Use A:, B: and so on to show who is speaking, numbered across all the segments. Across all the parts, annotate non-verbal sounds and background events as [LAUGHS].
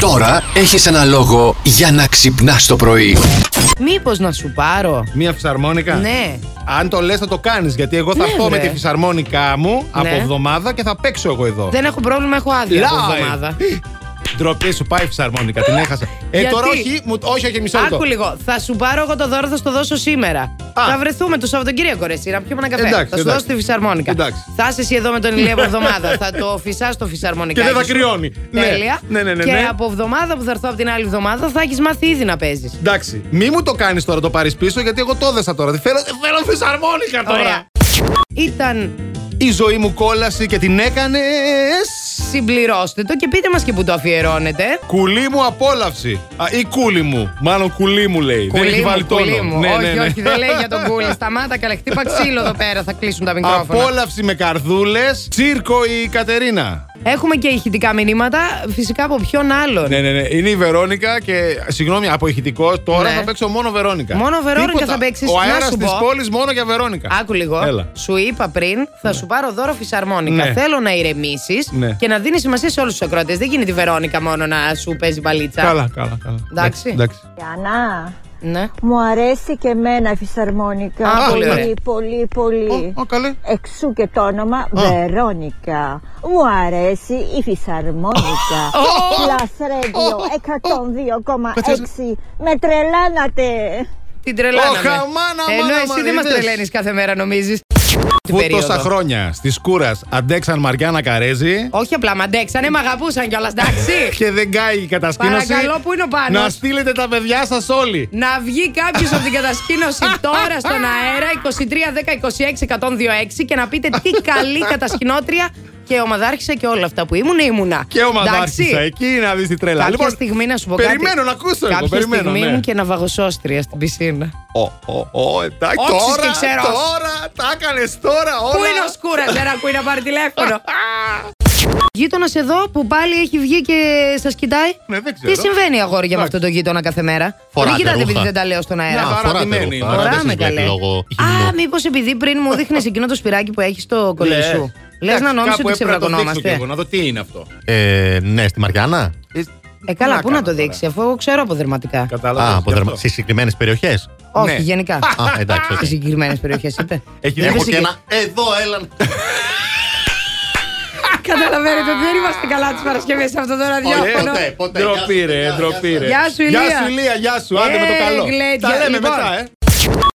A: Τώρα έχεις ένα λόγο για να ξυπνάς το πρωί.
B: Μήπως να σου πάρω.
C: Μία φυσαρμόνικα.
B: Ναι.
C: Αν το λες, θα το κάνεις. Γιατί εγώ θα
B: Ναι,
C: έρθω με
B: βρε.
C: τη φυσαρμόνικα μου από
B: Ναι.
C: εβδομάδα και θα παίξω εγώ εδώ.
B: Δεν έχω πρόβλημα, έχω άδεια από
C: Live.
B: εβδομάδα.
C: Ντροπή σου, πάει η φυσαρμόνικα, την έχασα. Ε,
B: Γιατί?
C: τώρα όχι, μου, όχι, όχι, μισό λεπτό.
B: Άκου λίγο. Θα σου πάρω εγώ το δώρο, θα στο δώσω σήμερα. Θα βρεθούμε το Σαββατοκύριακο, ρε, εσύ, να πιούμε ένα καφέ.
C: Εντάξει,
B: θα σου
C: εντάξει.
B: δώσω τη φυσαρμόνικα.
C: Εντάξει.
B: Θα είσαι εσύ εδώ με τον Ηλία από εβδομάδα. θα το φυσάς το φυσαρμονικά.
C: Και δεν θα κρυώνει. Ναι.
B: Τέλεια.
C: Ναι, ναι, ναι,
B: και
C: ναι.
B: από εβδομάδα που θα έρθω από την άλλη εβδομάδα θα έχεις μάθει ήδη να παίζεις.
C: Εντάξει, μη μου το κάνεις τώρα, το πάρεις πίσω, γιατί εγώ το έδεσα τώρα. Δεν Θέλω, δεν θέλω φυσαρμόνικα τώρα.
B: Ωραία. Ήταν
C: Η ζωή μου κόλαση και την έκανες.
B: συμπληρώστε το και πείτε μας και που το αφιερώνετε.
C: Κουλή μου απόλαυση. Α, ή κούλι μου. Μάλλον κουλή μου λέει. δεν
B: Κουλή
C: έχει
B: μου,
C: βάλει Ναι,
B: κουλή
C: τόνο.
B: μου. όχι, όχι, δεν λέει για τον
C: [LAUGHS]
B: κούλι. Σταμάτα, καλέ. Χτύπα ξύλο εδώ πέρα, θα κλείσουν τα μικρόφωνα.
C: Απόλαυση με καρδούλες. Τσίρκο η Κατερίνα.
B: Έχουμε και ηχητικά μηνύματα, φυσικά από ποιον άλλον.
C: Ναι, ναι, ναι. Είναι η Βερόνικα και. Συγγνώμη, από ηχητικός. Τώρα
B: Ναι.
C: θα παίξω μόνο Βερόνικα.
B: Μόνο Βερόνικα
C: Τίποτα.
B: θα παίξεις.
C: Ο
B: Να
C: αέρας
B: σου
C: της
B: πω.
C: πόλης μόνο για Βερόνικα.
B: Άκου λίγο.
C: Έλα.
B: Σου είπα πριν, θα σου πάρω δώρο φυσαρμόνικα.
C: Ναι.
B: Θέλω να ηρεμήσεις
C: Ναι.
B: και να δίνεις σημασία σε όλους τους ακρότε. Δεν γίνεται η Βερόνικα μόνο να σου παίζει μπαλίτσα.
C: Καλά, καλά, καλά.
B: Εντάξει.
D: Γιάννα,
B: Ναι.
D: μου αρέσει και εμένα η φυσαρμόνικα.
B: Α, πολύ
D: πολύ,
B: ωραία.
D: πολύ, πολύ.
C: Ω, ω, καλέ.
D: Εξού και το όνομα Βερόνικα. Μου αρέσει η φυσαρμόνικα. Plus Radio 102,6. Με τρελάνατε.
B: Την τρελάναμε. Ε,
C: Ω, χαμάνα,
B: Ενώ
C: μάνα,
B: εσύ
C: μάνα,
B: δεν μας
C: είδες.
B: τρελαίνεις κάθε μέρα, νομίζεις.
C: Που τόσα χρόνια στη σκούρα αντέξαν Μαριάννα Καρέζη.
B: Όχι απλά μ' αντέξανε, μ' αγαπούσαν κιόλας,
C: [LAUGHS]
B: εντάξει.
C: Και δεν κάει η κατασκήνωση.
B: Παρακαλώ, πού είναι ο Πάνος?
C: Να στείλετε τα παιδιά σας όλοι.
B: Να βγει κάποιος από την κατασκήνωση τώρα στον αέρα 23-10-26-126 και να πείτε τι καλή κατασκηνώτρια και ομαδάρχησα και όλα αυτά που ήμουν ήμουνα.
C: Και ο
B: Εντάξει.
C: Μαδάρχησα εκεί να δεις τη τρέλα.
B: Κάποια στιγμή να σου πω κάτι.
C: Λοιπόν, Περιμένω να ακούσω
B: Κάποια
C: εγώ. Περιμένω.
B: στιγμή
C: ναι.
B: ήμουν και ναυαγοσόστρια στην πισίνα.
C: Ω, ω, ω, εντάξει.
B: Όξις
C: Τώρα,
B: και ξέρος.
C: τώρα, τα έκανες τώρα όλα.
B: Πού είναι ο Σκούρας, δεν ακούει να πάρει τηλέφωνο. Γείτονας εδώ που πάλι έχει βγει και σας κοιτάει.
C: Ναι, δεν ξέρω.
B: Τι συμβαίνει αγόρια με
C: Εντάξει.
B: αυτόν τον γείτονα κάθε μέρα.
E: Φοράτε
B: δεν κοιτάτε
E: ρούχα.
B: επειδή δεν τα λέω στον αέρα.
C: Ναι,
E: Α, φοράτε
C: παρατημένη
E: ρούχα.
C: είναι.
E: Άρα δεν
B: Φοράμε,
E: σας βλέπει
B: καλέ.
E: λόγω
B: Α,
E: χειμνού.
B: μήπως επειδή πριν
C: [LAUGHS]
B: μου δείχνεις εκείνο το σπυράκι που έχεις στο
C: Ναι.
B: κολλή σου. Λες να νόμιζες ότι ξεβρακωνόμαστε.
C: Να δω τι είναι αυτό.
E: Ε, ναι, στη Μαριάννα.
B: Ε, καλά, πού να το
C: τώρα.
B: δείξει, αφού εγώ ξέρω αποδερματικά.
E: Α,
C: Κατάλαβα.
E: από δερμα... σε συγκεκριμένες περιοχές.
B: Όχι,
C: Ναι.
B: γενικά.
E: Α, εντάξει. οκ.
B: Σε συγκεκριμένες περιοχές, είπε.
C: [LAUGHS] Έχει
B: Δεν είπε
C: δει-
E: Έχω και
B: συγκεκρι-
E: ένα. Εδώ, έλα.
B: [LAUGHS] Καταλαβαίνετε ότι δεν είμαστε καλά τις Παρασκευές σε αυτό το ραδιόφωνο.
E: ποτέ, ποτέ.
C: Ντροπή,
E: Γεια σου,
C: ρε,
E: γεια,
C: ντροπή,
E: γεια,
C: ρε.
B: Γεια σου, Ηλία.
C: Γεια σου, Ηλία, γεια σου. Άντε με το
B: Ε,
C: καλό.
B: γλέντια.
C: Τα λέμε
B: Λοιπόν.
C: μετά, ε.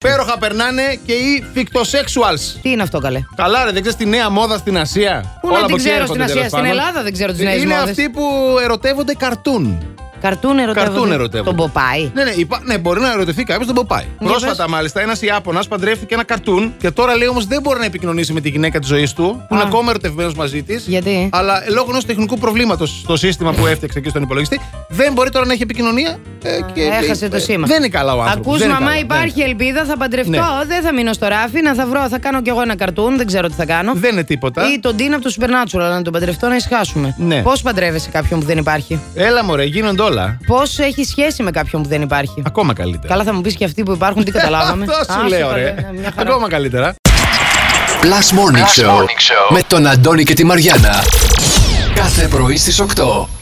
C: Πέροχα περνάνε και οι φικτοσέξουαλς.
B: Τι είναι αυτό, καλέ.
C: Καλά, ρε, δεν ξέρεις τη νέα μόδα στην Ασία.
B: Πού να
C: Όλα
B: την
C: από εκεί
B: ξέρω
C: έρχονται,
B: στην Ασία,
C: τέλος
B: στην
C: πάντων.
B: Ελλάδα δεν ξέρω τις νέες
C: Είναι
B: μόδες.
C: αυτοί που ερωτεύονται καρτούν.
B: Καρτούν ερωτεύονται.
C: Καρτούν ερωτεύονται.
B: Τον Ποπάι.
C: Ναι, ναι, υπά... ναι, μπορεί να ερωτηθεί κάποιο, δεν ποπάει.
B: Για
C: Πρόσφατα,
B: πες.
C: μάλιστα, ένας Ιάπωνας παντρεύτηκε ένα καρτούν και τώρα λέει όμως δεν μπορεί να επικοινωνήσει με τη γυναίκα της ζωής του, που είναι
B: Α.
C: ακόμα ερωτευμένος μαζί της.
B: Γιατί?
C: Αλλά ε, λόγω ενός τεχνικού προβλήματος στο σύστημα που έφτιαξε εκεί στον υπολογιστή, δεν μπορεί τώρα να έχει επικοινωνία. ε, και,
B: Έχασε
C: ε,
B: το σήμα.
C: Δεν είναι καλά ο άνθρωπος.
B: Ακούς μαμά, Ναι. υπάρχει ελπίδα, θα παντρευτώ.
C: Ναι.
B: Δεν θα μείνω στο ράφι, να θα βρω, θα κάνω κι εγώ ένα καρτούν, δεν ξέρω τι θα κάνω.
C: Δεν είναι τίποτα.
B: Ή τον Dean από το Supernatural, να τον παντρευτώ να ισχάσουμε.
C: Ναι.
B: Πώς παντρεύεσαι κάποιον που δεν υπάρχει.
C: Έλα, μωρέ, γίνονται όλα.
B: Πώς έχει σχέση με κάποιον που δεν υπάρχει.
C: Ακόμα καλύτερα.
B: Καλά, θα μου πεις και αυτοί που υπάρχουν, τι καταλάβαμε.
C: [LAUGHS] Αυτό σου
B: Άσε,
C: λέω,
B: καλέ,
C: ρε.
B: ναι, μια χαρά.
C: Ακόμα καλύτερα.
A: Plus Morning, Show, με τον Αντώνη και τη Μαριάνα. Κάθε πρωί στις 8.